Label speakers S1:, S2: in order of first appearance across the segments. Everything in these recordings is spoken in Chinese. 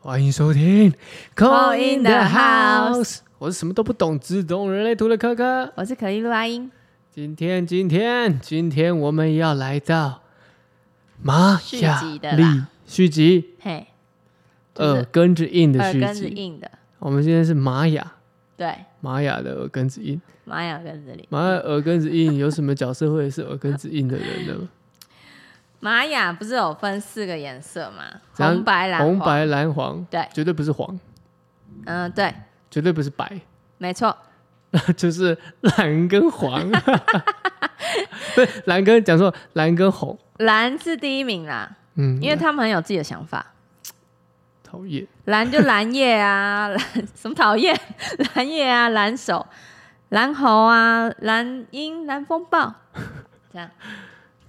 S1: 欢迎收听《
S2: Call in the House
S1: 我是什么都不懂，只懂人类图的科科。
S2: 我是可丽露阿英，
S1: 今天，今天，今天我们要来到玛雅
S2: 续集的
S1: 历
S2: 啦
S1: 续集，
S2: 嘿，就是
S1: 耳根子印的
S2: 耳
S1: 续
S2: 根子
S1: 集。
S2: 硬的，
S1: 我们今天是玛雅，
S2: 对，
S1: 玛雅的耳根子印。
S2: 玛雅根子里，
S1: 玛雅耳根子印有什么角色会是耳根子印的人呢？
S2: 玛雅不是有分四个颜色吗？
S1: 怎样
S2: 红白蓝
S1: 红
S2: 黄，
S1: 白蓝黄，
S2: 对，
S1: 绝对不是黄，
S2: 嗯、对，
S1: 绝对不是白。
S2: 没错，
S1: 就是蓝跟黄， 对，蓝跟讲说蓝跟红，
S2: 蓝是第一名啦，
S1: 嗯，
S2: 因为他们很有自己的想法，
S1: 讨厌，
S2: 蓝就蓝叶啊， 蓝什么讨厌， 蓝叶啊，蓝手，蓝猴啊，蓝鹰，蓝风暴，这样，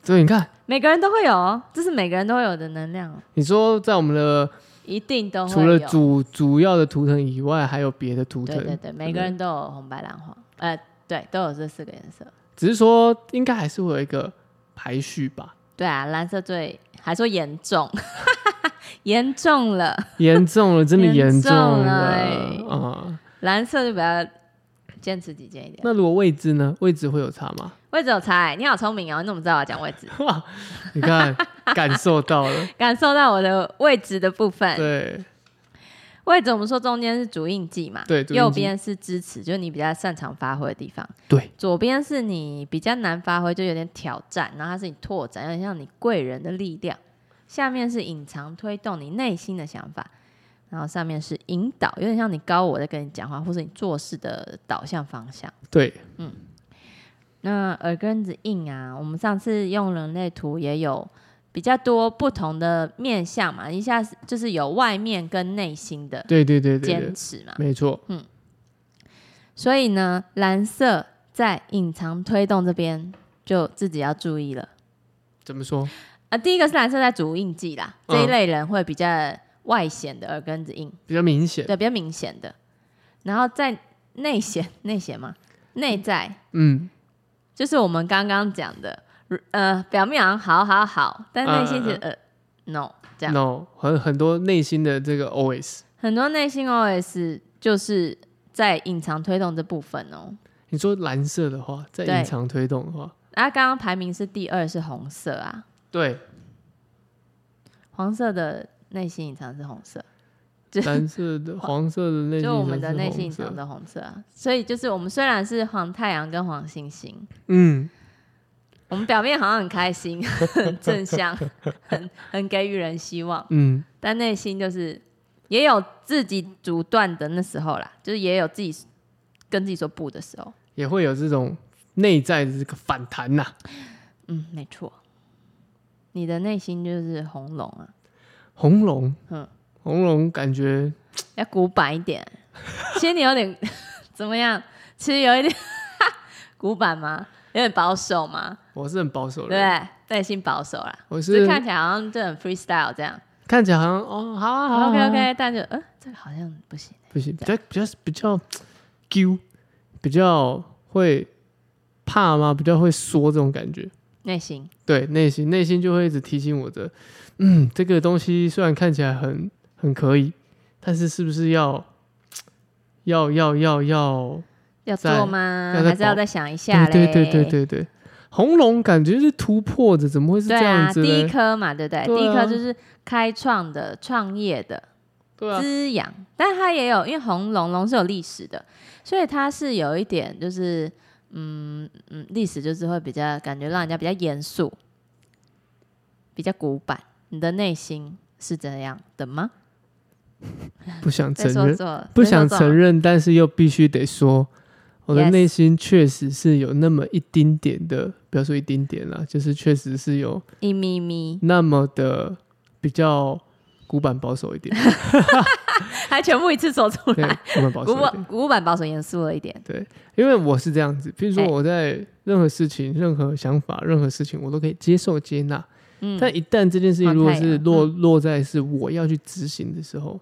S1: 所以你看，
S2: 每个人都会有哦，这是每个人都会有的能量哦，
S1: 你说在我们的
S2: 一定都会
S1: 除了
S2: 有，
S1: 主主要的图腾以外，还有别的图腾，
S2: 对对对，每
S1: 不
S2: 个人都有红白蓝黄，呃，对，都有这四个颜色。
S1: 只是说应该还是会有一个排序吧。
S2: 对啊，蓝色最还说严重， 严重了，
S1: 严重了，真的
S2: 严
S1: 严重
S2: 重了
S1: 了
S2: 欸
S1: 啊、
S2: 蓝色就比较坚持己见一点。
S1: 那如果位置呢？位置会有差吗？
S2: 位置有差、欸，你好聪明哦，你怎么知道我要讲位置？
S1: 你看，感受到 了，
S2: 感受到我的位置的部分。
S1: 对，
S2: 位置我们说中间是主印记嘛，
S1: 对主印记
S2: 右边是支持，就是你比较擅长发挥的地方。
S1: 对，
S2: 左边是你比较难发挥，就有点挑战，然后它是你拓展，有点像你贵人的力量。下面是隐藏推动你内心的想法，然后上面是引导，有点像你高我在跟你讲话，或是你做事的导向方向。
S1: 对，
S2: 那耳根子硬啊，我们上次用人类图也有比较多不同的面相嘛，一下是就是有外面跟内心的
S1: 对，对，对，对，对
S2: 坚，持嘛。
S1: 没错，
S2: 所以呢，蓝色在隐藏推动这边就自己要注意了。
S1: 怎么说？
S2: 啊，第一个是蓝色在主印记啦，
S1: 嗯
S2: 这一类人会比较外显的耳根子印，
S1: 比较明显，
S2: 对，比较明显的。然后在内显， 内显嘛，内在
S1: 嗯，
S2: 就是我们刚刚讲的，呃，表面好像好好好，但内心是、
S1: 嗯
S2: 呃 no 这样。
S1: no，很很多内心的这个 always。
S2: 很多内心 OS 就是在隐藏推动这部分哦。
S1: 你说蓝色的话，在
S2: 对
S1: 隐藏推动的话，
S2: 啊，刚刚排名是第二是红色啊，
S1: 对，
S2: 黄色的内心隐藏是红色， 就
S1: 蓝色的、黄色的内心，
S2: 就我们的内心隐藏
S1: 色，
S2: 的红色啊，所以就是我们虽然是黄太阳跟黄星星，
S1: 嗯，
S2: 我们表面好像很开心、 很正向、 很很给予人希望，
S1: 嗯，
S2: 但内心就是也有自己阻断的那时候啦，就是也有自己跟自己说不的时候。
S1: 也会有这种内在的这个反弹呐、
S2: 嗯，没错，你的内心就是红龙啊，
S1: 红龙，
S2: 嗯
S1: 红龙感觉
S2: 要古板一点。其实你有点 怎么样？其实有一点 古板吗？有点保守吗？
S1: 我是很保守的
S2: 对
S1: 人，
S2: 不对，内心保守啦。
S1: 我
S2: 只
S1: 是
S2: 是看起来好像就很 freestyle 这样。
S1: 看起来好像哦，好啊，好啊
S2: OK
S1: 好啊
S2: OK，但就呃，这个好像不行。
S1: 不行，比较比较比较 Q，比较会怕吗？比较会缩这种感觉。
S2: 内心
S1: 对，内心内心就会一直提醒我着，嗯，这个东西虽然看起来很很可以，但是是不是要要要要要？
S2: 要
S1: 在
S2: 做吗？
S1: 要在
S2: 还是要
S1: 保
S2: 再想一下
S1: 对
S2: 嘞？
S1: 对对对对对，红龙感觉是突破的，怎么会是
S2: 对
S1: 这
S2: 啊，
S1: 样子
S2: 第一
S1: 呢？
S2: 颗嘛，对不对？
S1: 对啊
S2: 第一颗就是开创的、创业的、
S1: 对啊，
S2: 滋养，但它也有，因为红龙龙是有历史的，所以它是有一点就是，嗯嗯，历史就是会比较感觉让人家比较严肃，比较古板。你的内心是这样的吗？
S1: 不想
S2: 在
S1: 承
S2: 说
S1: 认，
S2: 做，
S1: 不
S2: 在说
S1: 想
S2: 做
S1: 承认，但是又必须得说，我的
S2: Yes
S1: 内心确实是有那么一丁点的，不要说一丁点啦，就是确实是有
S2: 一咪咪，
S1: 那么的比较古板保守一 点，
S2: 还全部一次说出
S1: 对
S2: 来，，
S1: 古板保守
S2: 古
S1: 一点
S2: 板。古板保守严肃了一点。
S1: 因为我是这样子，譬如说
S2: 哎
S1: 我在任何事情、任何想法、任何事情，我都可以接受接纳。
S2: 嗯，
S1: 但一旦这件事情
S2: 好
S1: 如果
S2: 太
S1: 是
S2: 阳
S1: 落、落在是我要去执行的时候，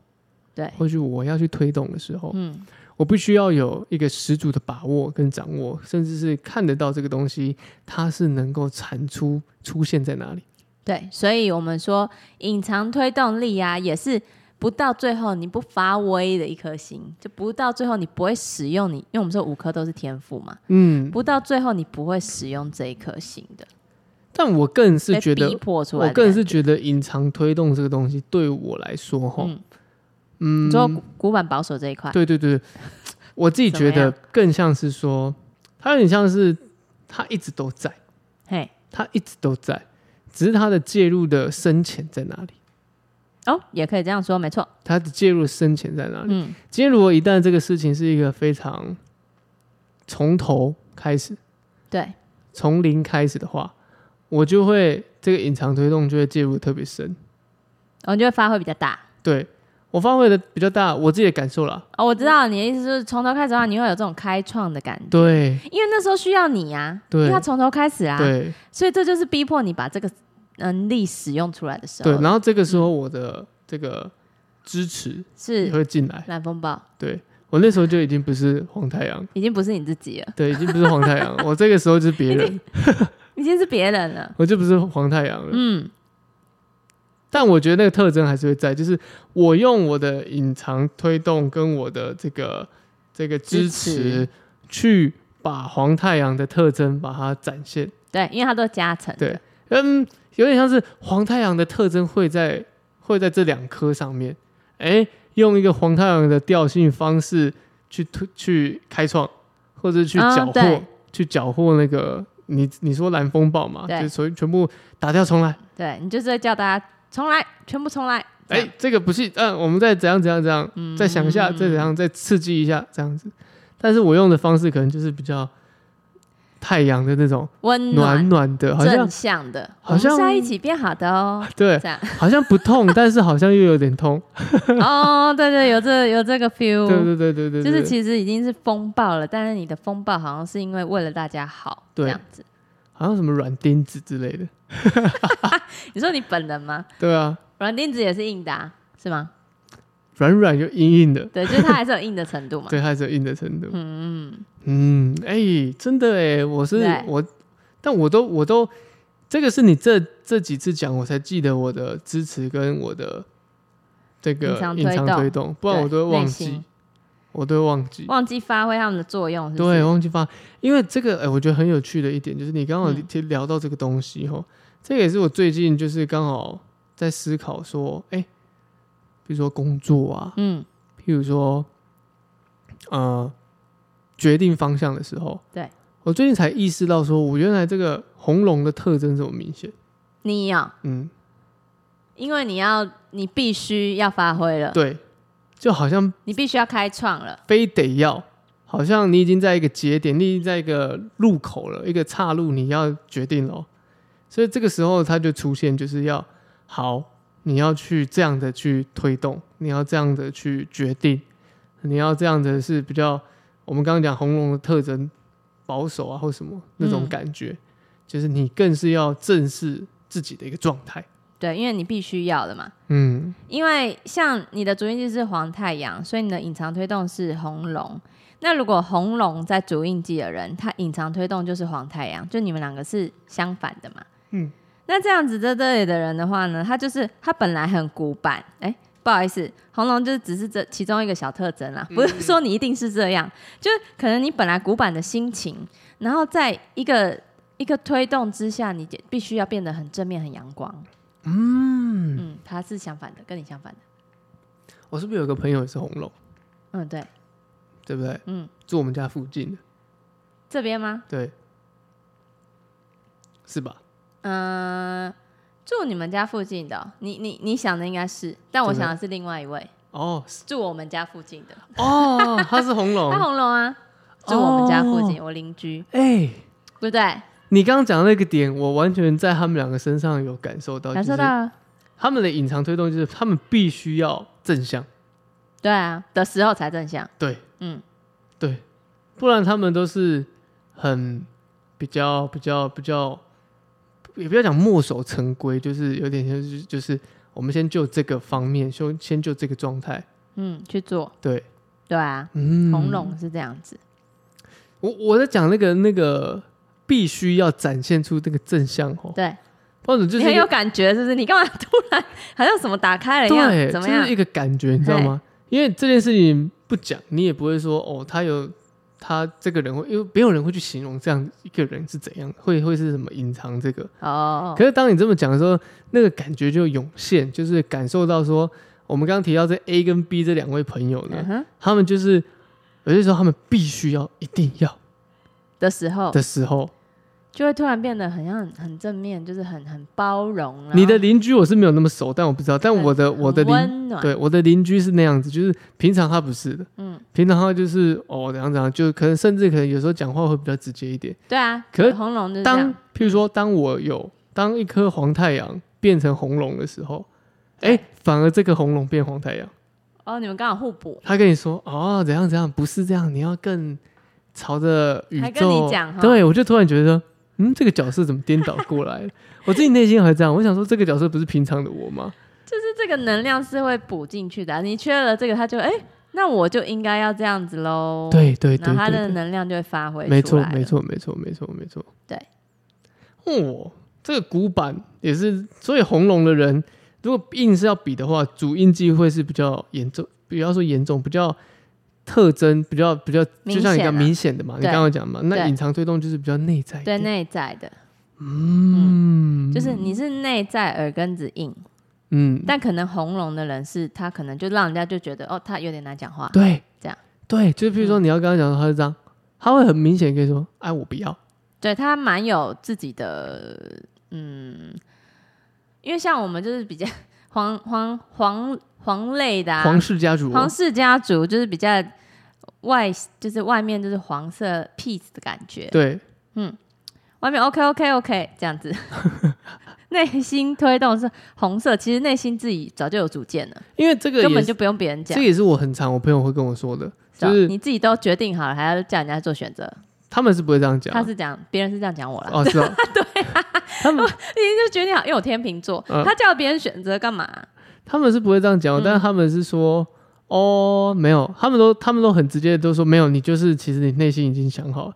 S2: 对，
S1: 或许我要去推动的时候，
S2: 嗯，
S1: 我必须要有一个十足的把握跟掌握，甚至是看得到这个东西它是能够产出出现在哪里。
S2: 对，所以我们说隐藏推动力啊，也是不到最后你不发威的一颗心，就不到最后你不会使用你，因为我们说五颗都是天赋嘛，
S1: 嗯，
S2: 不到最后你不会使用这一颗心的，
S1: 但我个人是
S2: 被
S1: 觉
S2: 逼
S1: 得，
S2: 迫出来
S1: 我
S2: 的感觉。
S1: 个人是觉得隐藏推动这个东西对我来说，哈，
S2: 嗯
S1: 嗯
S2: 你，说古古板保守这一块，
S1: 对对 对，我自己觉
S2: 怎么
S1: 得更像是说，它有点像是它一直都在，
S2: 嘿，
S1: 它一直都在，只是它的介入的深浅在哪里，
S2: 哦，也可以这样说，没错，
S1: 它的介入的深浅在哪里。
S2: 嗯，
S1: 今天如果一旦这个事情是一个非常从头开始、
S2: 对，
S1: 从零开始的话，我就会这个隐藏推动就会介入得特别深。
S2: 我就会发挥比较大。
S1: 对我发挥的比较大，我自己的感受啦。
S2: 哦，我知道你的意思，就是从头开始的话，你会有这种开创的感觉，
S1: 对
S2: 因为那时候需要你呀、啊，
S1: 对
S2: 因为要从头开始啊，
S1: 对
S2: 所以这就是逼迫你把这个能力使用出来的时候，
S1: 对，然后这个时候我的这个支持也
S2: 嗯是
S1: 会进来。
S2: 蓝风暴
S1: 对我那时候就已经不是黄太 阳，
S2: 已经不是你自己了，
S1: 对，已经不是黄太 阳了，我这个时候就是别人，
S2: 已经是别人了，
S1: 我就不是黄太阳了。
S2: 嗯，
S1: 但我觉得那个特征还是会在，就是我用我的隐藏推动跟我的这个这个支
S2: 支
S1: 持，去把黄太阳的特征把它展现。
S2: 对，因为它都加成的，
S1: 对嗯，有点像是黄太阳的特征会在会在这两颗上面，哎，用一个黄太阳的调性方式去推去开创，或者去
S2: 嗯
S1: 缴获、
S2: 对
S1: 去缴获那个你你说蓝风暴嘛，就
S2: 对
S1: 是所以全部打掉重来。
S2: 对你就是会叫大家重来，全部重来，这
S1: 哎、
S2: 样
S1: 这个不是，嗯，我们再怎样怎样怎样，
S2: 嗯
S1: 再想一下，再怎样，再刺激一下，这样子。但是我用的方式可能就是比较太阳的那种
S2: 温
S1: 暖
S2: 嗯暖
S1: 暖的，好像
S2: 正向的，
S1: 好像
S2: 我们是要一起变好的哦，
S1: 对，
S2: 这样，
S1: 好像不 痛，但是好像又有点痛。
S2: 哦，对对，有这有这个 feel，
S1: 对对对对对，
S2: 哦就是
S1: 对
S2: 其实已经是风暴了，但是你的风暴好像是因为为了大家好
S1: 对
S2: 这样子。
S1: 好像什么软钉子之类的。
S2: 你说你本人吗？
S1: 对 啊，
S2: 软钉子也是硬的、啊，是吗？
S1: 软软又硬硬的，
S2: 对，就是它还是有硬的程度嘛。
S1: 对，它是有硬的程度。
S2: 嗯，
S1: 嗯，哎、真的哎，我是
S2: 对
S1: 我，但我都我都，这个是你这这几次讲，我才记得我的支持跟我的这个
S2: 隐藏推
S1: 隐藏
S2: 动
S1: 推动，不然
S2: 对
S1: 我都会忘
S2: 内
S1: 记
S2: 心，
S1: 我都会忘记，
S2: 忘记发挥它们的作用是不
S1: 对，
S2: 是，
S1: 忘记发。因为这个，哎、我觉得很有趣的一点就是，你刚好
S2: 嗯
S1: 提聊到这个东西吼，这个也是我最近就是刚好在思考说，哎、比如说工作啊，
S2: 嗯，
S1: 譬如说，呃，决定方向的时候，
S2: 对
S1: 我最近才意识到，说我原来这个红龙的特征这么明显。
S2: 你要，
S1: 嗯，
S2: 因为你要，你必须要发挥了，
S1: 对，就好像
S2: 你必须要开创了，
S1: 非得要，好像你已经在一个节点，你已经在一个路口了，一个岔路，你要决定了哦。所以这个时候，它就出现，就是要好，你要去这样的去推动，你要这样的去决定，你要这样的是比较我们刚刚讲红龙的特征，保守啊或什么那种
S2: 嗯
S1: 感觉，就是你更是要正视自己的一个状态。
S2: 对，因为你必须要的嘛。
S1: 嗯，
S2: 因为像你的主印记是黄太阳，所以你的隐藏推动是红龙。那如果红龙在主印记的人，他隐藏推动就是黄太阳，就你们两个是相反的嘛。
S1: 嗯，
S2: 那这样子在这里的人的话呢，他就是他本来很古板，哎、不好意思，红龙就是只是这其中一个小特征啦，啊不是说你一定是这样，就是可能你本来古板的心情，然后在一个一个推动之下，你必须要变得很正面、很阳光。嗯嗯，他是相反的，跟你相反的。
S1: 我是不是有个朋友也是红龙，
S2: 嗯，对，
S1: 对不对？
S2: 嗯，
S1: 住我们家附近的，
S2: 这边吗？
S1: 对，是吧？
S2: 嗯、住你们家附近的哦、你你你想的应该是，但我
S1: 真的
S2: 想的是另外一位
S1: 哦
S2: 住我们家附近的，
S1: 哦，他是红龙
S2: 他。红龙啊，住我们家附近，我邻居，
S1: 哎、
S2: 对不对？
S1: 你刚刚讲的那个点，我完全在他们两个身上有感受到，
S2: 感
S1: 就
S2: 受
S1: 是
S2: 到了，
S1: 他们的隐藏推动就是他们必须要正向，
S2: 对啊，的时候才正向，
S1: 对
S2: 嗯，
S1: 对，不然他们都是很比较比较比较，也不要讲墨守成规，就是有点像是就是我们先就这个方面，先先就这个状态，
S2: 嗯，去做，
S1: 对，
S2: 对啊，
S1: 嗯，
S2: 红龙是这样子，
S1: 我我在讲那个那个必须要展现出那个正向哦，
S2: 对，
S1: 不或者就是
S2: 你
S1: 一
S2: 很
S1: 个
S2: 有感觉，是不是？你干嘛突然好像什么打开了一样？
S1: 对，
S2: 怎么
S1: 就
S2: 样
S1: 是一？个感觉，你知道吗？因为这件事情不讲，你也不会说哦，他有他这个人会，因为没有人会去形容这样一个人是怎样，会会是什么隐藏这个。
S2: 哦，
S1: 可是当你这么讲的时候，那个感觉就涌现，就是感受到说，我们刚刚提到这 A 跟 B 这两位朋友呢，
S2: 嗯哼
S1: 他们就是有些时候他们必须要一定要
S2: 的时候
S1: 的时候，
S2: 就会突然变得很像很正面，就是很很包容。然后
S1: 你的邻居我是没有那么熟，但我不知道，但我的
S2: 很
S1: 我的邻
S2: 温暖，
S1: 对我的邻居是那样子，就是平常他不是的，
S2: 嗯，
S1: 平常他就是哦怎样怎样，就可能甚至可能有时候讲话会比较直接一点。
S2: 对啊。
S1: 可是
S2: 红龙就是这
S1: 当
S2: 样，嗯
S1: 譬如说当我有当一颗黄太阳变成红龙的时候，哎、
S2: 对
S1: 反而这个红龙变黄太阳。
S2: 哦，你们刚好互补，
S1: 他跟你说哦，怎样怎样，不是这样，你要更朝着宇宙。
S2: 还跟你讲哈
S1: 对我就突然觉得，嗯，这个角色怎么颠倒过来了？我自己内心还这样，我想说这个角色不是平常的我吗？
S2: 就是这个能量是会补进去的啊、你缺了这个，他就哎、那我就应该要这样子喽。
S1: 对对对
S2: 然后
S1: 对
S2: 他的
S1: 对
S2: 能量就会发挥出来。
S1: 没错没。错没错没错没错。
S2: 对，
S1: 哦，这个古板也是，所以红龙的人如果硬是要比的话，主印记会是比较严重，不要说严重，比较。特征比较比较，
S2: 明
S1: 就像你
S2: 显
S1: 刚
S2: 啊
S1: 明显的嘛，你
S2: 对
S1: 刚刚讲嘛，那
S2: 对
S1: 隐藏推动就是比较内在一
S2: 对
S1: 点，
S2: 内在的，
S1: 嗯，
S2: 就是你是内在耳根子硬，
S1: 嗯，
S2: 但可能红龙的人是他可能就让人家就觉得哦，他有点难讲话。
S1: 对，
S2: 这样嗯
S1: 对，就是譬如说你要跟他讲说他是这样，他会很明显跟你说，哎，我不要，
S2: 对他蛮有自己的，嗯，因为像我们就是比较 黄黄黄黄类的、啊，
S1: 皇室家族哦，
S2: 皇室家族就是比较外，就是外面就是黄色 peace 的感觉，
S1: 对，
S2: 外面 OK OK OK 这 样子，内心推动是红色，其实内心自己早就有主见了，
S1: 因为这个
S2: 根
S1: 也
S2: 本
S1: 是
S2: 就不用别人
S1: 这
S2: 讲
S1: 个，也是我很常我朋友会跟我说的，
S2: 是吧
S1: 就是
S2: 你自己都决定好了，还要叫人家做选择。
S1: 他们是不会这样讲
S2: 他
S1: 啊，
S2: 是讲别人是这样讲我啦，
S1: 哦，是哦，他们
S2: 已经就决定好，因为我天秤座，
S1: 嗯
S2: 他叫别人选择干嘛？
S1: 他们是不会这样讲
S2: 嗯
S1: 哦，但是他们是说。哦，没有，他们都他们都很直接，都说没有，你就是其实你内心已经想好了，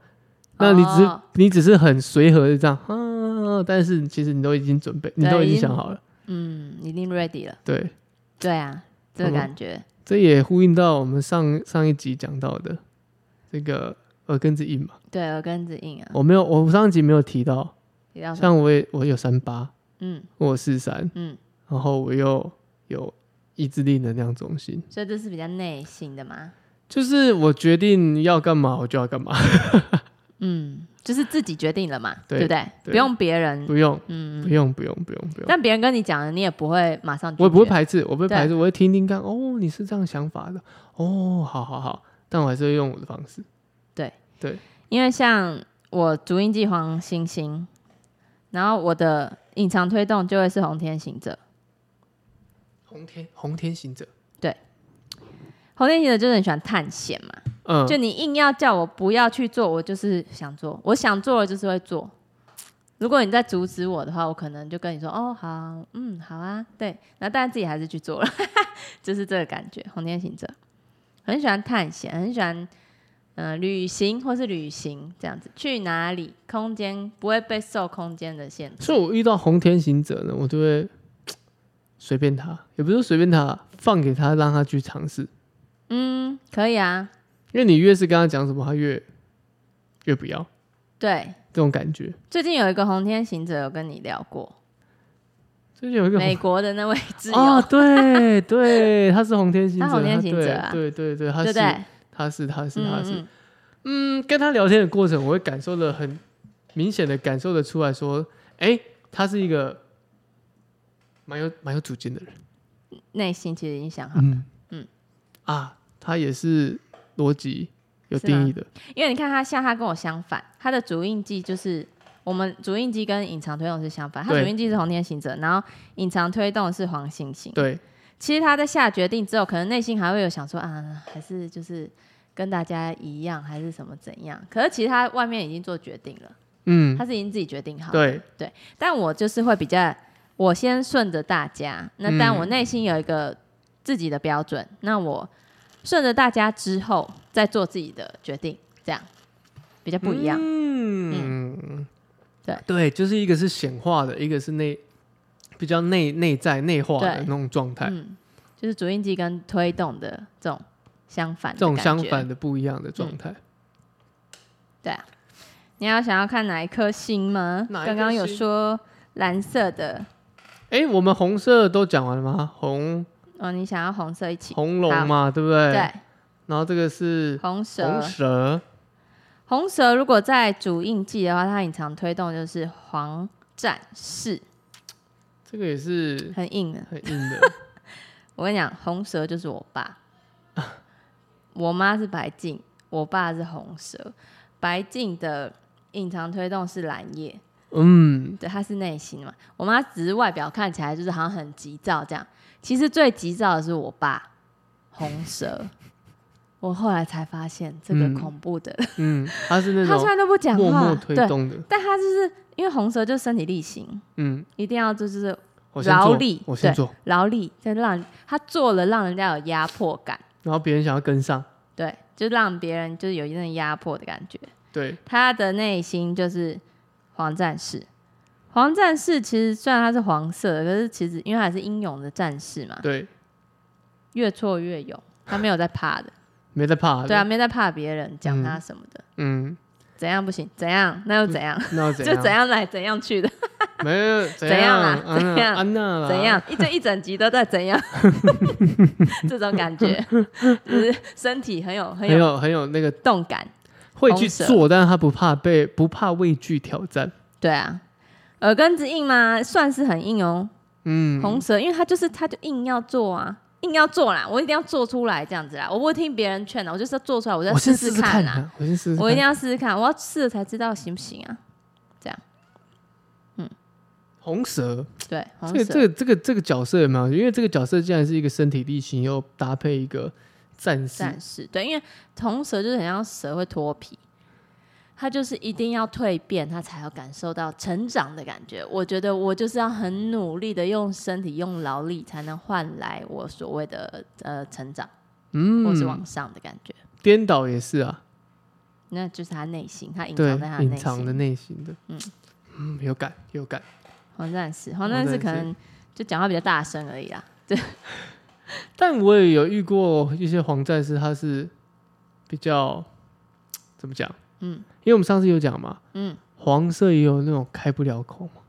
S1: 那你只是、
S2: 哦
S1: 你只是很随和的这样，嗯、啊，但是其实你都已经准备，你
S2: 对
S1: 都已
S2: 已
S1: 经
S2: 经
S1: 想好了，
S2: 嗯，已经 ready 了。
S1: 对，
S2: 对啊，这个
S1: 嗯
S2: 感觉，
S1: 这也呼应到我们上上一集讲到的这个耳根子硬嘛。
S2: 对耳根子硬啊，
S1: 我没有，我上一集没有提到，
S2: 提到什么
S1: 像我也我有三八，
S2: 嗯
S1: 我有四三，
S2: 嗯，
S1: 然后我又有意志力能量中心，
S2: 所以这是比较内心的嘛，
S1: 就是我决定要干嘛我就要干嘛，
S2: 嗯，就是自己决定了嘛，
S1: 对
S2: 对不对？
S1: 对
S2: 不用别人，
S1: 不用
S2: 嗯，
S1: 不
S2: 嗯
S1: 用不用不用不用，
S2: 但别人跟你讲了，你也不会马上拒绝，
S1: 我也不会排斥，我不会
S2: 对
S1: 排斥，我会听听看，哦，你是这样想法的，哦，好好好，但我还是会用我的方式，
S2: 因为像我足印记黄星星，然后我的隐藏推动就会是红天行者，
S1: 红天红天行者，
S2: 红天行者就是很喜欢探险嘛，
S1: 嗯，
S2: 就你硬要叫我不要去做，我就是想做，我想做了就是会做。如果你在阻止我的话，我可能就跟你说：“哦，好，嗯，好啊，对。”那但自己还是去做了， 就是这个感觉。红天行者很喜欢探险，很喜欢嗯、呃旅行或是旅行这样子，去哪里空间不会被受空间的限制。
S1: 所以我遇到红天行者呢，我就会随便他，也不是说随便他，放给他让他去尝试。
S2: 嗯，可以啊，
S1: 因为你越是跟他讲什么，他越越不要
S2: 对。
S1: 这种感觉。
S2: 最近有一个红天行者有跟你聊过，
S1: 最近有一个
S2: 美国的那位 挚友，
S1: 啊、对对，他是红天行者，
S2: 他红天行者啊
S1: 他对对对对，他
S2: 对
S1: 是
S2: 不对？
S1: 他是他是
S2: 嗯
S1: 他是
S2: 嗯，
S1: 嗯，跟他聊天的过程，我会感受的很明显的感受的出来说，哎，他是一个蛮有蛮有主见的人，
S2: 内心其实已经想好了
S1: 嗯嗯
S2: 嗯
S1: 啊，他也是逻辑有
S2: 是吗
S1: 定义的，
S2: 因为你看他像他跟我相反，他的主印记就是我们主印记跟隐藏推动是相反，他主
S1: 对
S2: 印记是红天行者，然后隐藏推动是黄星星。
S1: 对
S2: 其实他在下决定之后，可能内心还会有想说啊，还是就是跟大家一样，还是什么怎样？可是其实他外面已经做决定了，
S1: 嗯，
S2: 他是已经自己决定好。。
S1: 对，
S2: 但我就是会比较，我先顺着大家，那但
S1: 嗯
S2: 我内心有一个自己的标准，那我顺着大家之后再做自己的决定，这样比较不一样。
S1: 嗯，对，就是一个是显化的，一个是内比较内内在内化的
S2: 对
S1: 那种状态，
S2: 嗯，就是主印记跟推动的这种相反的
S1: 这种
S2: 感
S1: 相
S2: 觉
S1: 反的不一样的状态。
S2: 对啊，你要想要看哪一颗星吗？
S1: 哪一颗
S2: 刚刚有
S1: 星
S2: 说蓝色的
S1: 哎、我们红色都讲完了吗？红
S2: 哦，你想要红色一起
S1: 红龙
S2: 好
S1: 嘛，对不对？
S2: 对
S1: 然后这个是
S2: 红蛇
S1: 红蛇，
S2: 红蛇如果在主印记的话，它隐藏推动就是黄战士，
S1: 这个也是
S2: 很硬的。
S1: 很硬的。
S2: 我跟你讲，红蛇就是我爸， 我妈是白净，我爸是红蛇。白净的隐藏推动是蓝叶，
S1: 嗯，
S2: 对，他是内心嘛。我妈只是外表看起来就是好像很急躁这样，其实最急躁的是我爸红蛇。 我后来才发现这个
S1: 嗯
S2: 恐怖的，
S1: 嗯，它是那
S2: 他
S1: 种
S2: 虽然都不讲话，
S1: 默默推
S2: 对，
S1: 动的，
S2: 但他就是因为红蛇就是身体力行，
S1: 嗯，
S2: 一定要就是
S1: 我先做
S2: 劳力
S1: 我先
S2: 对
S1: 做，
S2: 劳力，就让他做了让人家有压迫感，
S1: 然后别人想要跟上，
S2: 对，就让别人就是有一种压迫的感觉。
S1: 对，
S2: 他的内心就是黄战士。黄战士其实虽然他是黄色的，可是其实因为他是英勇的战士嘛，
S1: 对，
S2: 越挫越勇，他没有在怕的，
S1: 没在怕的，
S2: 对啊，没在怕别人讲他什么的，
S1: 嗯，
S2: 怎样不行，怎样那又怎样，
S1: 那又怎
S2: 就
S1: 样？
S2: 嗯怎样来怎样 去的，
S1: 没有怎
S2: 怎样啦
S1: 安娜
S2: 怎样
S1: 安娜啦，
S2: 怎样一这一整集都在怎 样，这种感觉，就是身体很有
S1: 很
S2: 很有
S1: 有很有那个
S2: 动感，
S1: 会去
S2: 红色
S1: 做，但是他不怕被不怕畏惧挑战，
S2: 对啊，耳根子硬吗？算是很硬哦，
S1: 嗯，
S2: 红蛇，因为他就是他就硬要做啊，硬要做啦，我一定要做出来这样子啦，我不会听别人劝的，啊我就是要做出来，我就要
S1: 我先
S2: 试
S1: 试
S2: 看
S1: 看
S2: 啦，
S1: 啊，我先试试
S2: 我一定
S1: 看。
S2: 要试试看，我要试了才知道行不行啊。
S1: 红蛇，
S2: 对，红
S1: 这
S2: 蛇，
S1: 个这个这个这个角色有没有？因为这个角色竟然是一个身体力行，又搭配一个战士，
S2: 战士，对，因为红蛇就是很像蛇会脱皮，它就是一定要蜕变，它才要感受到成长的感觉。我觉得我就是要很努力的用身体、用劳力，才能换来我所谓的呃成长，或是
S1: 嗯，
S2: 往上的感觉。
S1: 颠倒也是啊，
S2: 那就是他内心，他隐
S1: 对
S2: 藏在他，
S1: 隐
S2: 内
S1: 藏
S2: 心
S1: 的。内心的，嗯
S2: 嗯
S1: 有感有感，
S2: 黄战士，黄战
S1: 黄战
S2: 士哦可能就讲话比较大声而已啦。
S1: 但我也有遇过一些黄战士，他是比较怎么讲？
S2: 嗯，
S1: 因为我们上次有讲嘛，
S2: 嗯，
S1: 黄色也有那种开不了口嘛，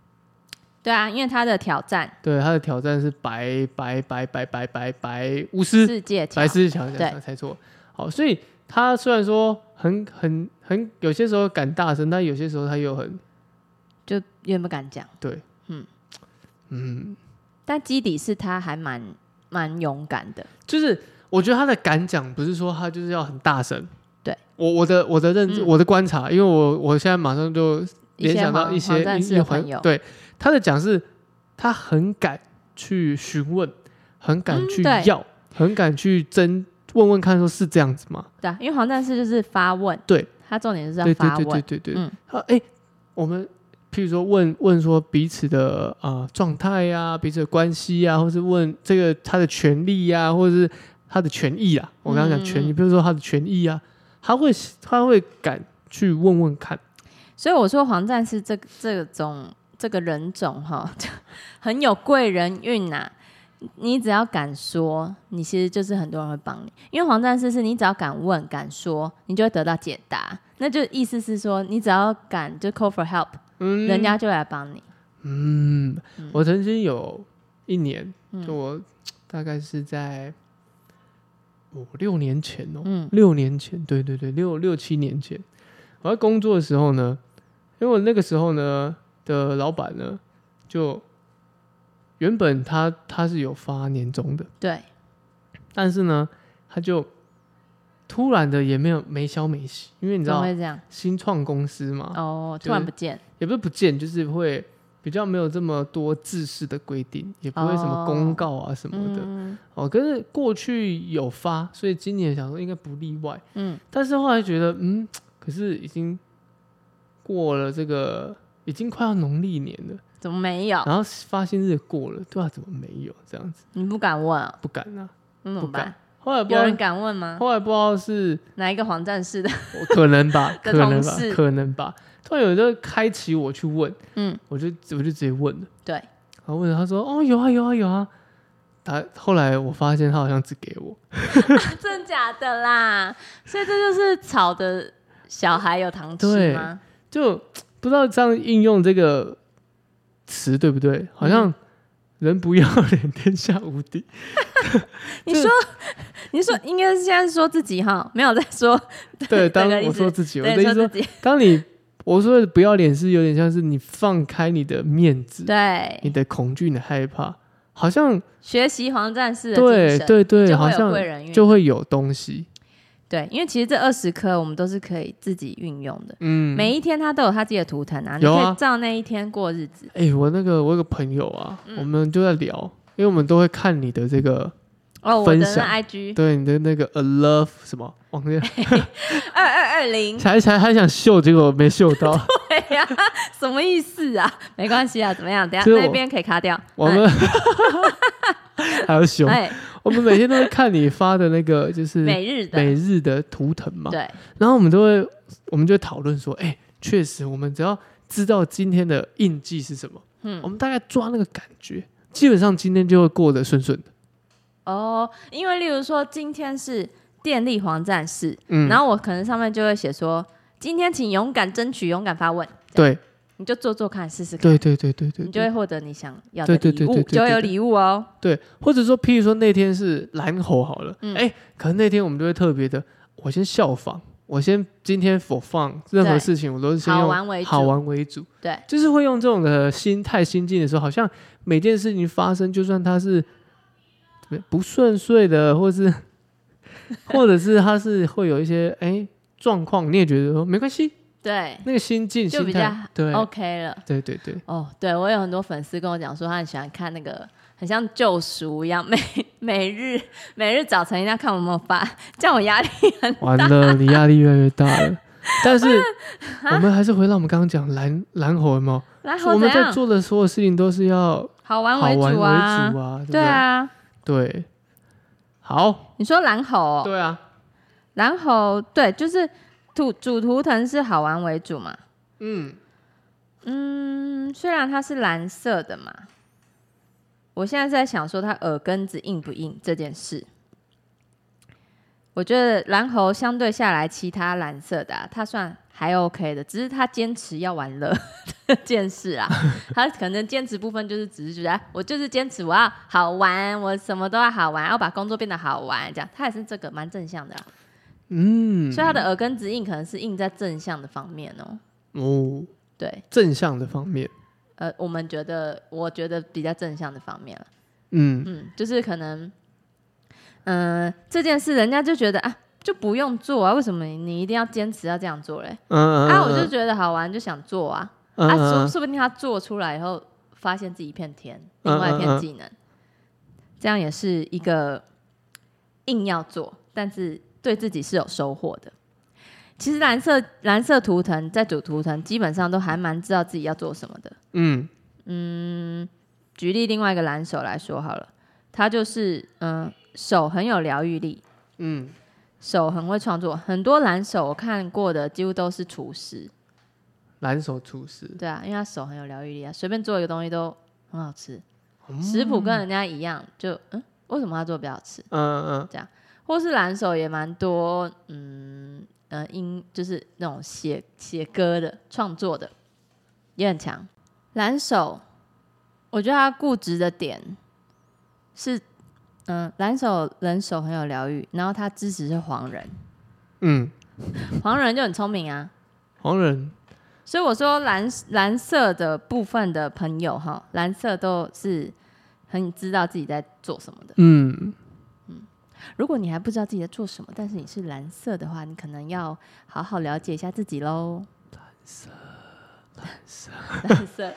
S2: 对啊，因为他的挑战
S1: 对，他的挑战是白白白白白白白巫师，
S2: 世界挑
S1: 白狮桥
S2: 对
S1: 才猜错。好，所以他虽然说很很很有些时候敢大声，但有些时候他又很
S2: 就原本敢讲，
S1: 对，
S2: 嗯
S1: 嗯，
S2: 但基底是他还蛮蛮勇敢的。
S1: 就是我觉得他的敢讲不是说他就是要很大声，
S2: 对
S1: 我我的我的认知、
S2: 嗯
S1: 我的观察，因为我我现在马上就
S2: 一
S1: 联
S2: 些
S1: 想到
S2: 黄
S1: 一些
S2: 黄战
S1: 一
S2: 士
S1: 些
S2: 的
S1: 环
S2: 朋友，
S1: 对他的讲是，他很敢去询问，很敢
S2: 嗯
S1: 去
S2: 对
S1: 要，很敢去争，问问看说是这样子吗？
S2: 对啊，因为黄战士就是发问，
S1: 对，
S2: 他重点就是
S1: 对对
S2: 要发
S1: 对对
S2: 问，
S1: 对对。
S2: 嗯
S1: 他哎、我们譬如说问问说彼此的呃状态呀，彼此的关系呀、或是问这个他的权利呀、或者是他的权益啊。我刚刚讲权益，
S2: 嗯嗯
S1: 比如说他的权益啊，他会他会敢去问问看，
S2: 所以我说黄战士这这种这个人种哈， 就很有贵人运呐、你只要敢说，你其实就是很多人会帮你，因为黄战士是你只要敢问、敢说，你就会得到解答。那就意思是说，你只要敢就 call for help，、
S1: 嗯，
S2: 人家就会来帮你。
S1: 嗯
S2: 嗯，
S1: 我曾经有一年，
S2: 嗯
S1: 就我大概是在五六年前哦、
S2: 嗯
S1: 六年前，对对对，六六七年前，我在工作的时候呢，因为我那个时候呢的老板呢，就原本他他是有发年终的，
S2: 对，
S1: 但是呢，他就突然的也没有没消没息，因为你知
S2: 怎么
S1: 道
S2: 会这样？
S1: 新创公司嘛，
S2: 哦，
S1: 就是
S2: 突然不见，
S1: 也不是不见，就是会比较没有这么多制式的规定，也不会什么公告啊什么的。
S2: 哦嗯
S1: 哦，可是过去有发，所以今年想说应该不例外。
S2: 嗯，
S1: 但是后来觉得，嗯，可是已经过了这个，已经快要农历年了，
S2: 怎么没有？
S1: 然后发薪日过了，对啊，怎么没有这样子？
S2: 你不敢问、啊，嗯
S1: 不敢啊，
S2: 那怎
S1: 不
S2: 么办
S1: 敢？。后来不知
S2: 有人
S1: 道，
S2: 敢问吗？
S1: 后来不知道是
S2: 哪一个黄战士的？
S1: 我可能 吧，
S2: 的
S1: 可能吧
S2: 同事，
S1: 可能吧。突然有人就开启我去问，
S2: 嗯，
S1: 我就我就直接问了，
S2: 对，
S1: 然后问了他说：“哦，有啊，有啊，有啊。”他后来我发现他好像只给我，
S2: 真假的啦？所以这就是吵的小孩有糖吃
S1: 对
S2: 吗？
S1: 就不知道这样应用这个词对不对？好像
S2: 嗯
S1: 人不要 脸，天下无敌。
S2: 你
S1: 这
S2: 说， 你说应该是现在是说自己哈，没有在说
S1: 对，当
S2: 这个意
S1: 我
S2: 思
S1: 说自己，我
S2: 对
S1: 的意思
S2: 说
S1: 说，
S2: 自己，
S1: 当你我说的不要脸是有点像是你放开你的面子、你
S2: 对，
S1: 的恐惧、你的害怕，好像
S2: 学习黄战士的精
S1: 对
S2: 神，
S1: 对对，
S2: 就
S1: 好
S2: 会有
S1: 像
S2: 贵人运，
S1: 就会有东西。
S2: 对，因为其实这二十颗我们都是可以自己运用的，
S1: 嗯，
S2: 每一天它都有它自己的图腾啊，你
S1: 有啊
S2: 可以照那一天过日子。
S1: 哎、我那个我有个朋友啊，
S2: 嗯
S1: 我们就在聊，因为我们都会看你的这 个，
S2: 哦，我的
S1: 分享
S2: 那 IG
S1: 对你的那个 a love 什么，忘 记了，
S2: 二二二零，
S1: 才才还想秀，结果没秀到。
S2: 对呀，什么意思啊？没关系啊，怎么样？等一下
S1: 就是我
S2: 那边可以卡掉。
S1: 我们 还有熊，
S2: 哎，哎
S1: 我们每天都会看你发的那个就是
S2: 每日的
S1: 每日的图腾嘛，
S2: 对
S1: 然后我们都会我们就会讨论说，哎、确实我们只要知道今天的印记是什么，
S2: 嗯
S1: 我们大概抓那个感觉，基本上今天就会过得顺顺的。
S2: 哦，因为例如说今天是电力黄战士，
S1: 嗯，
S2: 然
S1: 后
S2: 后我可能上面就会写说，今天请勇敢争取，勇敢发问，
S1: 对
S2: 你就做做看，试试看，
S1: 对对对对对，
S2: 你就会获得你想要的
S1: 对对
S2: 礼
S1: 对
S2: 物，
S1: 对对对
S2: 就会有
S1: 对
S2: 礼物哦。
S1: 对，或者说，譬如说那天是蓝猴好了，哎、
S2: 嗯
S1: 可能那天我们就会特别的，我先效仿，我先今天否放任何
S2: 对
S1: 事情，我都是先
S2: 好
S1: 用
S2: 玩为
S1: 好
S2: 主
S1: 玩为主，
S2: 对，
S1: 就是会用这种的心态心境的时候，好像每件事情发生，就算它是不不顺遂的，或是 或者是它是会有一些哎状况，你也觉得说没关系，
S2: 对
S1: 那个心境
S2: 就
S1: 心
S2: 比
S1: 态
S2: 较，
S1: 对、
S2: ，OK 了。
S1: 对对对，
S2: 哦，对我有很多粉丝跟我讲说，他很喜欢看那个，很像救赎一样，每每日每日早晨一定要看我有没有发，这样我压力 很
S1: 完了，你压力越来越大了。但是我们还是回到我们刚刚讲蓝蓝猴有没有？
S2: 然后
S1: 我
S2: 怎
S1: 们在
S2: 样？
S1: 做的所有事情都是要
S2: 好
S1: 好
S2: 玩
S1: 玩为
S2: 主啊，
S1: 主啊，对不
S2: 对
S1: 对？
S2: 啊。
S1: 对，好，
S2: 你说蓝猴哦、
S1: 对啊，
S2: 蓝猴对，就是图主图腾是好玩为主嘛。
S1: 嗯，
S2: 嗯，虽然它是蓝色的嘛，我现在是在想说它耳根子硬不硬这件事。我觉得蓝猴相对下来，其他蓝色的、啊、它算还 OK 的，只是它坚持要玩乐这 件事啊，它可能坚持部分就是只是觉得哎我就是坚持我要好玩，我什么都要好玩，要把工作变得好玩，这样它也是这个蛮正向的啊、
S1: 嗯，
S2: 所以它的耳根子硬可能是硬在正向的方面哦。
S1: 哦，
S2: 对，
S1: 正向的方面，
S2: 呃，我们觉得，我觉得比较正向的方面了，
S1: 嗯，
S2: 嗯，就是可能，嗯、这件事人家就觉得啊，就不用做啊，为什么你一定要坚持要这样做嘞？
S1: 嗯
S2: 啊，我就觉得好玩，就想做啊，
S1: 嗯
S2: 啊，
S1: 嗯
S2: 说
S1: 嗯
S2: 说不定他做出来以后，发现自己一片天，
S1: 嗯
S2: 另外一
S1: 嗯
S2: 片
S1: 嗯
S2: 技能，这样也是一个硬要做，但是对自己是有收获的。其实蓝色蓝色图腾在主图腾基本上都还蛮知道自己要做什么的。
S1: 嗯，
S2: 举例另外一个蓝手来说好了，他就是嗯手很有疗愈力，
S1: 嗯，
S2: 手很会创作。很多蓝手我看过的几乎都是厨师，
S1: 蓝手厨师，
S2: 对啊，因为他手很有疗愈力啊，随便做一个东西都很好吃，食谱跟人家一样，就嗯为什么他做比较好吃？
S1: 嗯嗯
S2: 或是蓝手也蛮多，嗯呃音就是那种写写歌的创作的也很强。蓝手，我觉得他固执的点是，嗯、蓝手人手很有疗愈，然后他支持是黄人，
S1: 嗯，
S2: 黄人就很聪明啊。
S1: 黄人，
S2: 所以我说蓝蓝色的部分的朋友哈，蓝色都是很知道自己在做什么的。
S1: 嗯，
S2: 如果你还不知道自己在做什么，但是你是蓝色的话，你可能要好好了解一下自己喽。 蓝色，蓝色，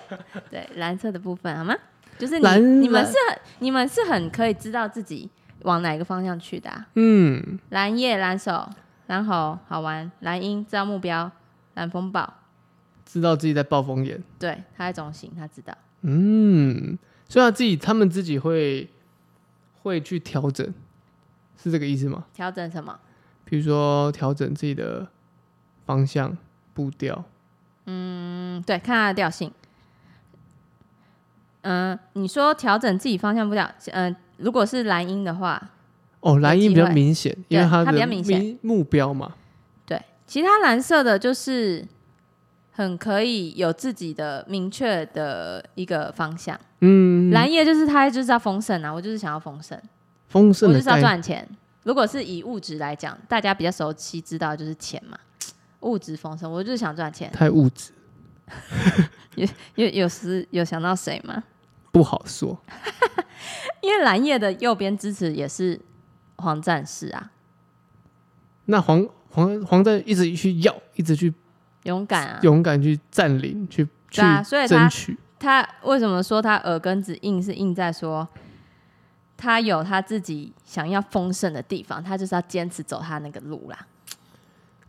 S2: 对蓝色的部分好吗？就是你
S1: 蓝
S2: 你们是很你们是很可以知道自己往哪个方向去的、啊。
S1: 嗯，
S2: 蓝叶、蓝手、蓝猴好玩，蓝鹰知道目标，蓝风暴
S1: 知道自己在暴风眼，嗯
S2: 对他在中心，他知道。
S1: 嗯，所以他自己他们自己会会去调整，是这个意思吗？
S2: 调整什么？
S1: 比如说调整自己的方向、步调，
S2: 嗯，对，看它的调性。嗯、你说调整自己方向步调，嗯、如果是蓝音的话，
S1: 哦，蓝音比较明显，因为
S2: 对
S1: 它
S2: 它
S1: 的
S2: 比较明显
S1: 目标嘛，
S2: 对，其他蓝色的就是很可以有自己的明确的一个方向。
S1: 嗯，
S2: 蓝叶就是它就是要丰盛啊，我就是想要丰盛，
S1: 丰
S2: 我
S1: 盛
S2: 就
S1: 的
S2: 是要
S1: 概念，
S2: 赚钱。如果是以物质来讲，大家比较熟悉知道就是钱嘛，物质丰盛，我就是想赚钱。
S1: 太物质，
S2: 有有时有想到谁吗？
S1: 不好说。
S2: 因为蓝叶的右边支持也是黄战士啊，
S1: 那黄黄黄战一直去要，一直去
S2: 勇敢啊。
S1: 勇敢去占领，去去
S2: 对啊所以他
S1: 争取，
S2: 他为什么说他耳根子硬是硬在说，他有他自己想要丰盛的地方，他就是要坚持走他那个路啦。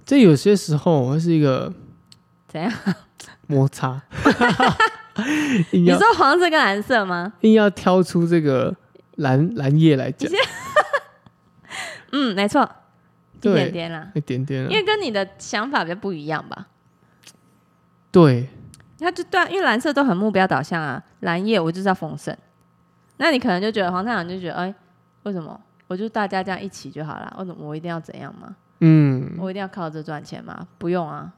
S1: 这有些时候会是一个
S2: 怎样？
S1: 摩擦， 硬
S2: 你
S1: 要
S2: 说黄色跟蓝色吗？
S1: 硬要挑出这个蓝蓝叶来讲，
S2: 嗯，没错，一点
S1: 对，
S2: 点啦，
S1: 一点点啊，
S2: 因为跟你的想法比较不一样吧。
S1: 对，
S2: 他就对、啊，因为蓝色都很目标导向啊，蓝叶我就是要丰盛，那你可能就觉得黄太阳就觉得，哎、为什么我就大家这样一起就好了？为什么我一定要怎样吗？
S1: 嗯，
S2: 我一定要靠这赚钱吗？不用啊，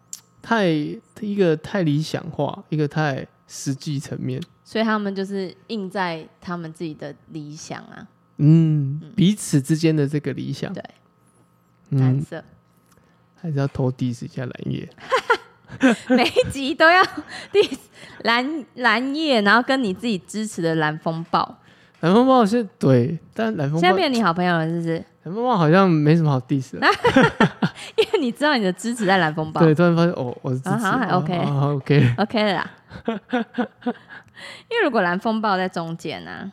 S1: 太一个太理想化，一个太实际层面，嗯
S2: 所以他们就是印在他们自己的理想啊，
S1: 嗯，彼此之间的这个理想，
S2: 对，蓝
S1: 嗯，
S2: 色、
S1: 还是要偷 diss 一下蓝叶，
S2: 每一集都要 第蓝蓝叶，然后跟你自己支持的蓝风暴。
S1: 蓝风暴是对，但蓝风
S2: 现
S1: 暴
S2: 在变你好朋友了，是不是？
S1: 蓝风暴好像没什么好 diss 的，
S2: 因为你知道你的支持在蓝风暴
S1: 对，突然发现哦，我是支持
S2: 啊好像还 OK
S1: OK，
S2: ，OK 了啦。 因为如果蓝风暴在中间啊，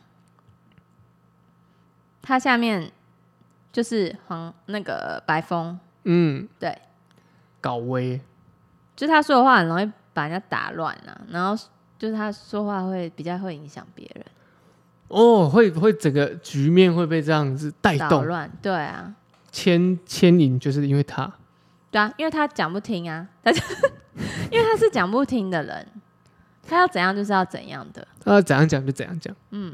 S2: 它下面就是黄那个白风，
S1: 嗯，
S2: 对，
S1: 搞威，
S2: 就是他说的话很容易把人家打乱啊，然后就是他说话会比较会影响别人。
S1: 哦，会会整个局面会被这样子带
S2: 捣
S1: 动
S2: 乱，对啊，
S1: 牵牵引，就是因为他，
S2: 对啊，因为他讲不听啊，他就 因为他是讲不听的人，他要怎样就是要怎样的，
S1: 他啊要怎样讲就怎样讲，
S2: 嗯，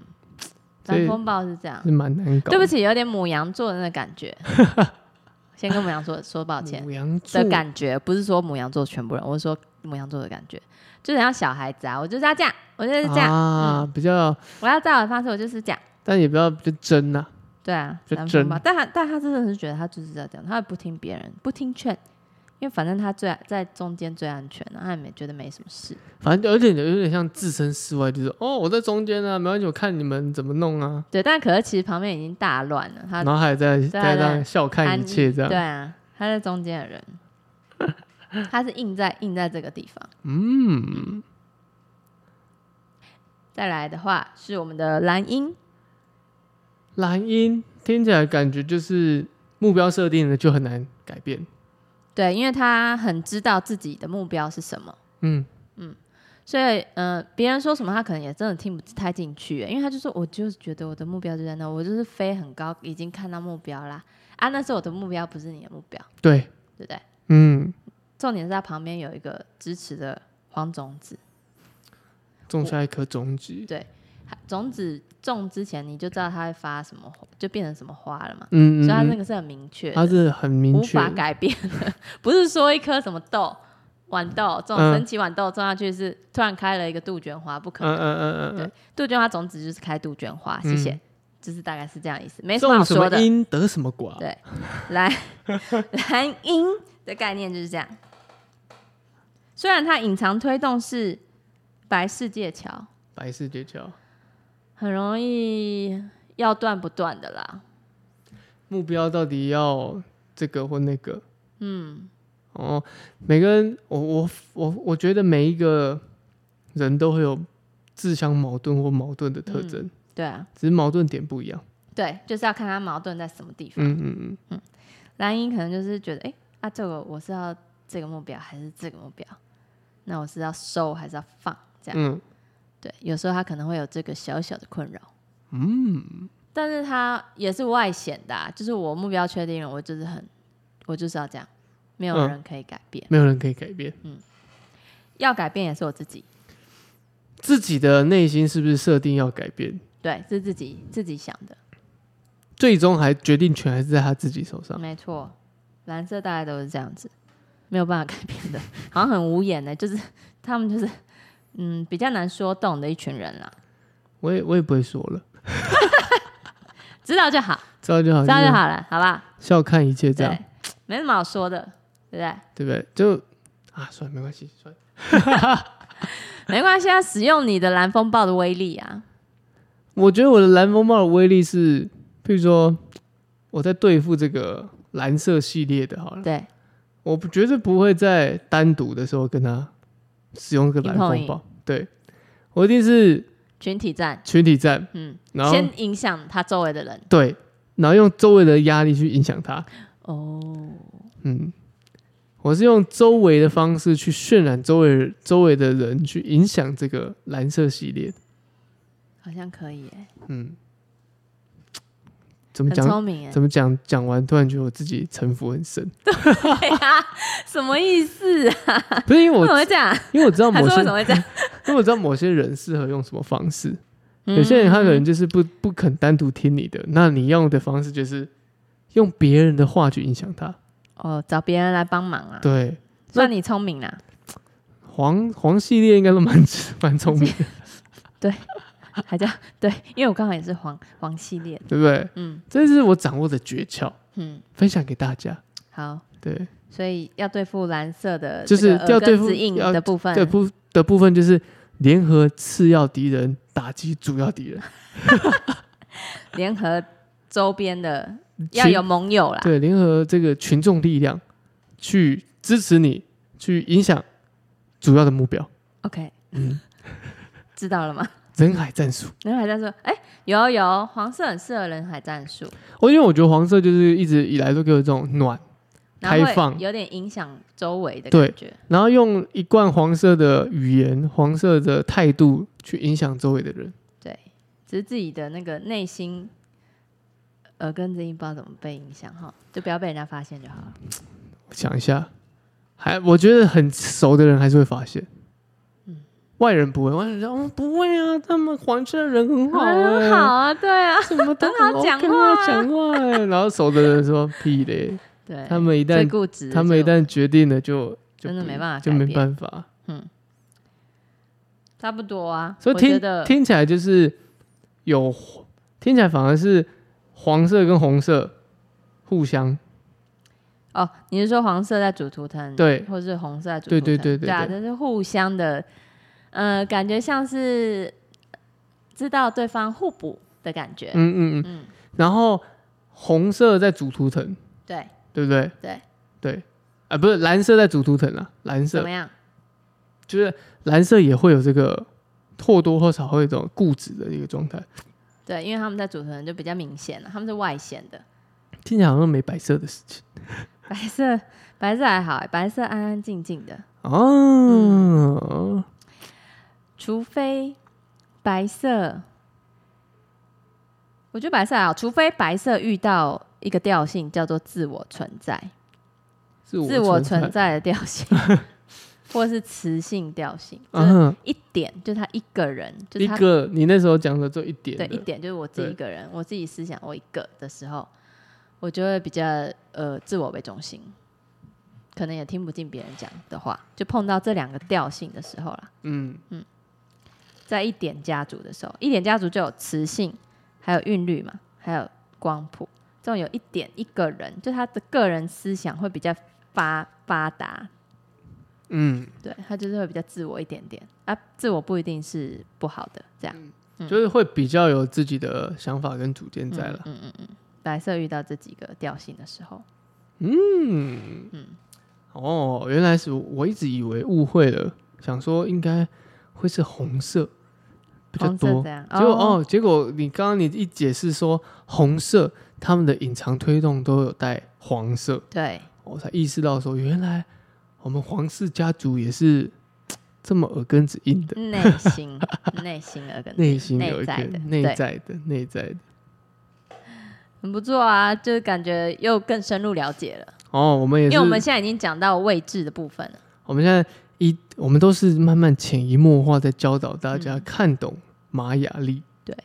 S1: 所以
S2: 蓝风暴是这样，
S1: 是蛮难搞的。
S2: 啊对不起，有点母羊座的那感 觉，先跟母羊座说抱歉
S1: 母羊座
S2: 的感觉，不是说母羊座全部人，我是说母羊座的感觉，就是像小孩子啊，我就是要这样，我就是这样，嗯
S1: 啊，比较，
S2: 我要照我的方式，我就是这样。
S1: 但也不要就争呐、
S2: 对啊，
S1: 就
S2: 蓝
S1: 真
S2: 风暴，但他但他真的是觉得他就是要这样，他也不听别人，不听劝，因为反正他最在中间最安全、啊，他也没觉得没什么事。
S1: 反正有点有点像置身事外，就是哦，我在中间啊，没关系，我看你们怎么弄啊，
S2: 对，但可是其实旁边已经大乱了，他
S1: 然后还在
S2: 对啊
S1: 在
S2: 对啊
S1: 那笑看
S2: 安
S1: 一切这
S2: 对
S1: 样，
S2: 啊，他在中间的人， 他是印在印在这个地方。
S1: 嗯，
S2: 再来的话是我们的蓝鹰，
S1: 蓝音听起来感觉就是目标设定了就很难改变，
S2: 对，因为他很知道自己的目标是什么，
S1: 嗯，
S2: 所以嗯、呃别人说什么他可能也真的听不太进去，因为他就说我就是觉得我的目标就在那，我就是飞很高，已经看到目标啦。啊，那是我的目标，不是你的目标，
S1: 对，
S2: 对不对？
S1: 嗯，
S2: 重点是他旁边有一个支持的黄种子，
S1: 种下一颗种子，
S2: 种子种之前你就知道它会发什么花，就变成什么花了嘛。
S1: 嗯，
S2: 所以它那
S1: 嗯嗯
S2: 个是很明确的，
S1: 它是很明
S2: 无
S1: 确
S2: 法
S1: 的，
S2: 改变的，不是说一颗什么豆豌豆种
S1: 嗯
S2: 神奇豌豆种下去是突然开了一个杜鹃花，不可
S1: 嗯
S2: 能。
S1: 嗯嗯嗯嗯
S2: 对，杜鹃花种子就是开杜鹃花，谢谢，就是大概是这样意思，没什么好
S1: 种什
S2: 说
S1: 么
S2: 的。
S1: 因得什么果，
S2: 对，蓝蓝鹰的概念就是这样。虽然它隐藏推动是白世界桥，
S1: 百事诀窍，
S2: 很容易要断不断的啦。
S1: 目标到底要这个或那个，
S2: 嗯，
S1: 哦，每个人，我我我我觉得每一个人都会有自相矛盾或矛盾的特征，
S2: 对啊，
S1: 只是矛盾点不一样。
S2: 对，就是要看它矛盾在什么地方。
S1: 嗯嗯嗯，
S2: 蓝鹰可能就是觉得，哎、啊，这个我是要这个目标还是这个目标？那我是要收还是要放？这样、
S1: 嗯，
S2: 对，有时候他可能会有这个小小的困扰。嗯，但是它也是外显的、啊，就是我目标确定了，我就是很，我就是要这样，没有
S1: 嗯
S2: 人可以改变，
S1: 没有人可以改变
S2: 要改变也是我自己，
S1: 自己的内心是不是设定要改变，
S2: 对，是自己自己想的，
S1: 最终还决定权还是在他自己手上。
S2: 没错，蓝色大概都是这样子，没有办法改变的，好像很无言呢、就是他们就是嗯比较难说动的一群人啦，
S1: 我也我也不会说了，
S2: 知道就好，
S1: 知道就好，
S2: 知道就，好了，好吧，
S1: 笑看一切这样
S2: 对，，没什么好说的，对不对？
S1: 对不对？就啊，算了，没关系，算了。
S2: 没关系啊，使用你的蓝风暴的威力啊，
S1: 我觉得我的蓝风暴的威力是，譬如说我在对付这个蓝色系列的，好了，
S2: 对，
S1: 我不绝对不会在单独的时候跟他使用这个蓝风
S2: 硬碰
S1: 暴，对我一定是
S2: 群体战，
S1: 群体战，
S2: 嗯，
S1: 然后
S2: 先影响他周围的人。
S1: 对，然后用周围的压力去影响他，
S2: 哦，
S1: 嗯，我是用周围的方式去渲染周围周围的人，去影响这个蓝色系列。
S2: 好像可以耶，
S1: 嗯，怎么
S2: 很
S1: 讲？
S2: 聪明耶
S1: 怎，么讲？讲完突然觉得我自己城府很深，
S2: 对啊，什么意思啊？
S1: 不是因为
S2: 为
S1: 我
S2: 什么会这样？
S1: 因为我知道
S2: 他
S1: 某
S2: 说
S1: 些
S2: 为什么会这样？
S1: 因为我知道某些人适合用什么方式，有些人他可能
S2: 嗯
S1: 就是不不肯单独听你的，那你用的方式就是用别人的话去影响他。
S2: 哦，找别人来帮忙啊，
S1: 对，
S2: 算你聪明啦，
S1: 黄黄系列应该都蛮 蛮聪明的，
S2: 还叫对，因为我刚好也是黄黄系列的，
S1: 对不对？
S2: 嗯
S1: 这是我掌握的诀窍，
S2: 嗯，
S1: 分享给大家。
S2: 好，
S1: 对，
S2: 所以要对付蓝色的
S1: 就
S2: 这个
S1: 是要
S2: 耳
S1: 对
S2: 根
S1: 付
S2: 子硬
S1: 要
S2: 的部分，
S1: 这部的部分就是联合次要敌人，打击主要敌人。
S2: 联合周边的要
S1: 群
S2: 有盟友啦，
S1: 对，联合这个群众力量去支持你，去影响主要的目标。
S2: OK，知道了吗？
S1: 人海战术，
S2: 人海战术，哎、有有，黄色很适合人海战术，
S1: 我、哦因为我觉得黄色就是一直以来都给我这种暖，
S2: 然后
S1: 开放
S2: 会有点影响周围的
S1: 对
S2: 感觉。
S1: 然后用一贯黄色的语言、黄色的态度去影响周围的人。
S2: 对，只是自己的那个内心耳根子硬，不知道怎么被影响哈，就不要被人家发现就好了。
S1: 我想一下，还我觉得很熟的人还是会发现，外人不会，外人说哦不会啊，他们黄色的人很好、欸，
S2: 很好啊，对啊，
S1: 什么都
S2: 很好
S1: OK
S2: 讲话啊
S1: 讲话欸、然后熟的人 说屁嘞，
S2: 对，
S1: 他们一
S2: 最
S1: 旦
S2: 固执的就，
S1: 他们一旦决定了就，就
S2: 真的
S1: 不
S2: 没办法
S1: 就
S2: 改
S1: 没
S2: 变
S1: 办法。
S2: 差不多啊，
S1: 所以
S2: 我觉
S1: 听
S2: 得
S1: 听起来就是有，听起来反而是黄色跟红色互相
S2: 哦，你是说黄色在主图腾，
S1: 对
S2: 或是红色在主
S1: 对
S2: 图腾，
S1: 对对对
S2: 对啊，
S1: 对
S2: 这是互相的，呃，感觉像是知道对方互补的感觉，
S1: 嗯嗯嗯，
S2: 嗯
S1: 然后红色在主图腾，
S2: 对，
S1: 对不对？
S2: 对
S1: 对，啊，不是蓝色在主图腾啊，蓝
S2: 怎
S1: 色
S2: 么样？
S1: 就是蓝色也会有这个或多或少会有一种固执的一个状态，
S2: 对，因为他们在主图腾就比较明显了，他们是外显的，
S1: 听起来好像没白色的事情
S2: 白色白色还好、白色安安静静的，
S1: 啊
S2: 嗯
S1: 哦。
S2: 除非白色，我觉得白色还好，除非白色遇到一个调性叫做自我存在。
S1: 自我
S2: 自我存
S1: 存在，
S2: 在的调 性，或是雌性调性，就是
S1: 嗯，
S2: 一点，就是他一个人，就是
S1: 一
S2: 他
S1: 个你那时候讲的就一点
S2: 对
S1: 的，
S2: 一点，就是我自
S1: 对
S2: 己一个人，我自己思想我一个的时候，我就会比较呃自我为中心，可能也听不进别人讲的话，就碰到这两个调性的时候啦，
S1: 嗯，
S2: 在一点家族的时候，一点家族就有雌性，还有韵律嘛，还有光谱，这种有一点一个人，就他的个人思想会比较发发达，
S1: 嗯，
S2: 对他就是会比较自我一点点啊，自我不一定是不好的，这样嗯
S1: 就是会比较有自己的想法跟主见在了。
S2: 嗯嗯嗯嗯，白色遇到这几个调性的时候，
S1: 嗯哦，原来是我一直以为误会了，想说应该会是红色比较
S2: 红色
S1: 多，
S2: 这样，
S1: 结果哦结果你刚刚你一解释说红色他们的隐藏推动都有带黄色，
S2: 对，
S1: 我才意识到说原来我们皇室家族也是这么耳根子硬 的，
S2: 内心内心而跟
S1: 内心有
S2: 嗯内
S1: 一个内
S2: 在的对
S1: 在的内在的，
S2: 很不错啊，就是感觉又更深入了解了，
S1: 哦，我们也
S2: 因
S1: 是，
S2: 为我们现在已经讲到位置的部分了。
S1: 我们现在一我们都是慢慢潜移默化在教导大家看懂玛雅历，
S2: 嗯对
S1: 对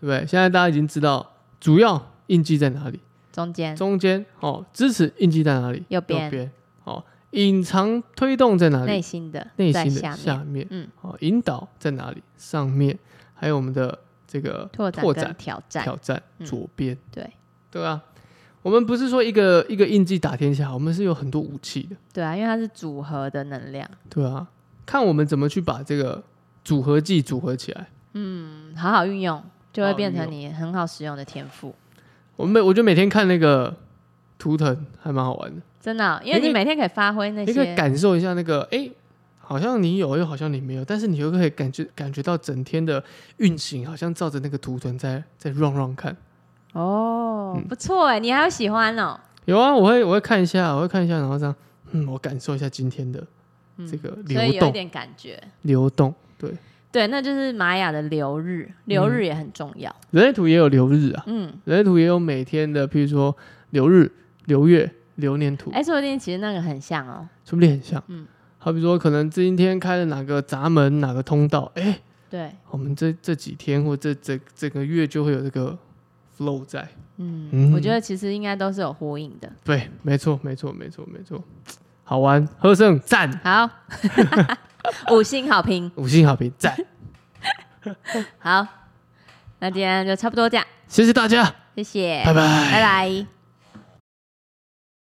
S1: 不对？现在大家已经知道主要印记在哪里，
S2: 中间
S1: 中间哦支持印记在哪里，
S2: 右边
S1: 哦隐藏推动在哪
S2: 内
S1: 里，
S2: 心的
S1: 内
S2: 在
S1: 心
S2: 下
S1: 的
S2: 面
S1: 下面，
S2: 嗯，
S1: 哦引导在哪里，上面还有我们的这个
S2: 拓展
S1: 拓
S2: 跟
S1: 展
S2: 挑战，
S1: 挑战
S2: 嗯
S1: 左边，
S2: 对
S1: 对啊。我们不是说一个一个印记打天下，我们是有很多武器的。
S2: 对啊，因为它是组合的能量，
S1: 对啊，看我们怎么去把这个组合技组合起来。
S2: 嗯，好好运用就会
S1: 好好
S2: 变
S1: 运
S2: 成
S1: 用
S2: 你很好使用的天赋。
S1: 我每我觉得每天看那个图腾还蛮好玩的，
S2: 真的哦、因为
S1: 你可
S2: 你
S1: 以
S2: 每天可以发挥那
S1: 你可以
S2: 些，
S1: 感受一下那个，哎，好像你有，又好像你没有，但是你又可以感觉感觉到整天的运行，好像照着那个图腾在在 run run 看。
S2: 哦，
S1: 嗯
S2: 不错哎，你还有喜欢哦，
S1: 有啊，我会我会看一下，我会看一下，然后这样，嗯，我感受一下今天的
S2: 嗯
S1: 这个
S2: 所以
S1: 流
S2: 有一
S1: 动、
S2: 点感觉。
S1: 流动。对，
S2: 对，那就是玛雅的流
S1: 嗯
S2: 日，流日也很重要。
S1: 人类图也有流日啊，
S2: 嗯，
S1: 人类图也有每天的，譬如说流日、流月、流年图。
S2: 哎、说不定其实那个很像哦。
S1: 说不定很像。嗯
S2: 嗯，
S1: 好比说，可能今天开了哪个闸门、哪个通道，哎、
S2: 对，
S1: 我们这这几天或这这整个月就会有这个 flow 在。
S2: 嗯，
S1: 嗯
S2: 我觉得其实应该都是有呼应的。
S1: 对，没错，没错，没错，没错，好玩，喝胜赞，
S2: 好， 五星好评。
S1: 五星好评 赞，
S2: 好，那今天就差不多这样，
S1: 谢谢大家，
S2: 谢谢，
S1: 拜拜
S2: 拜拜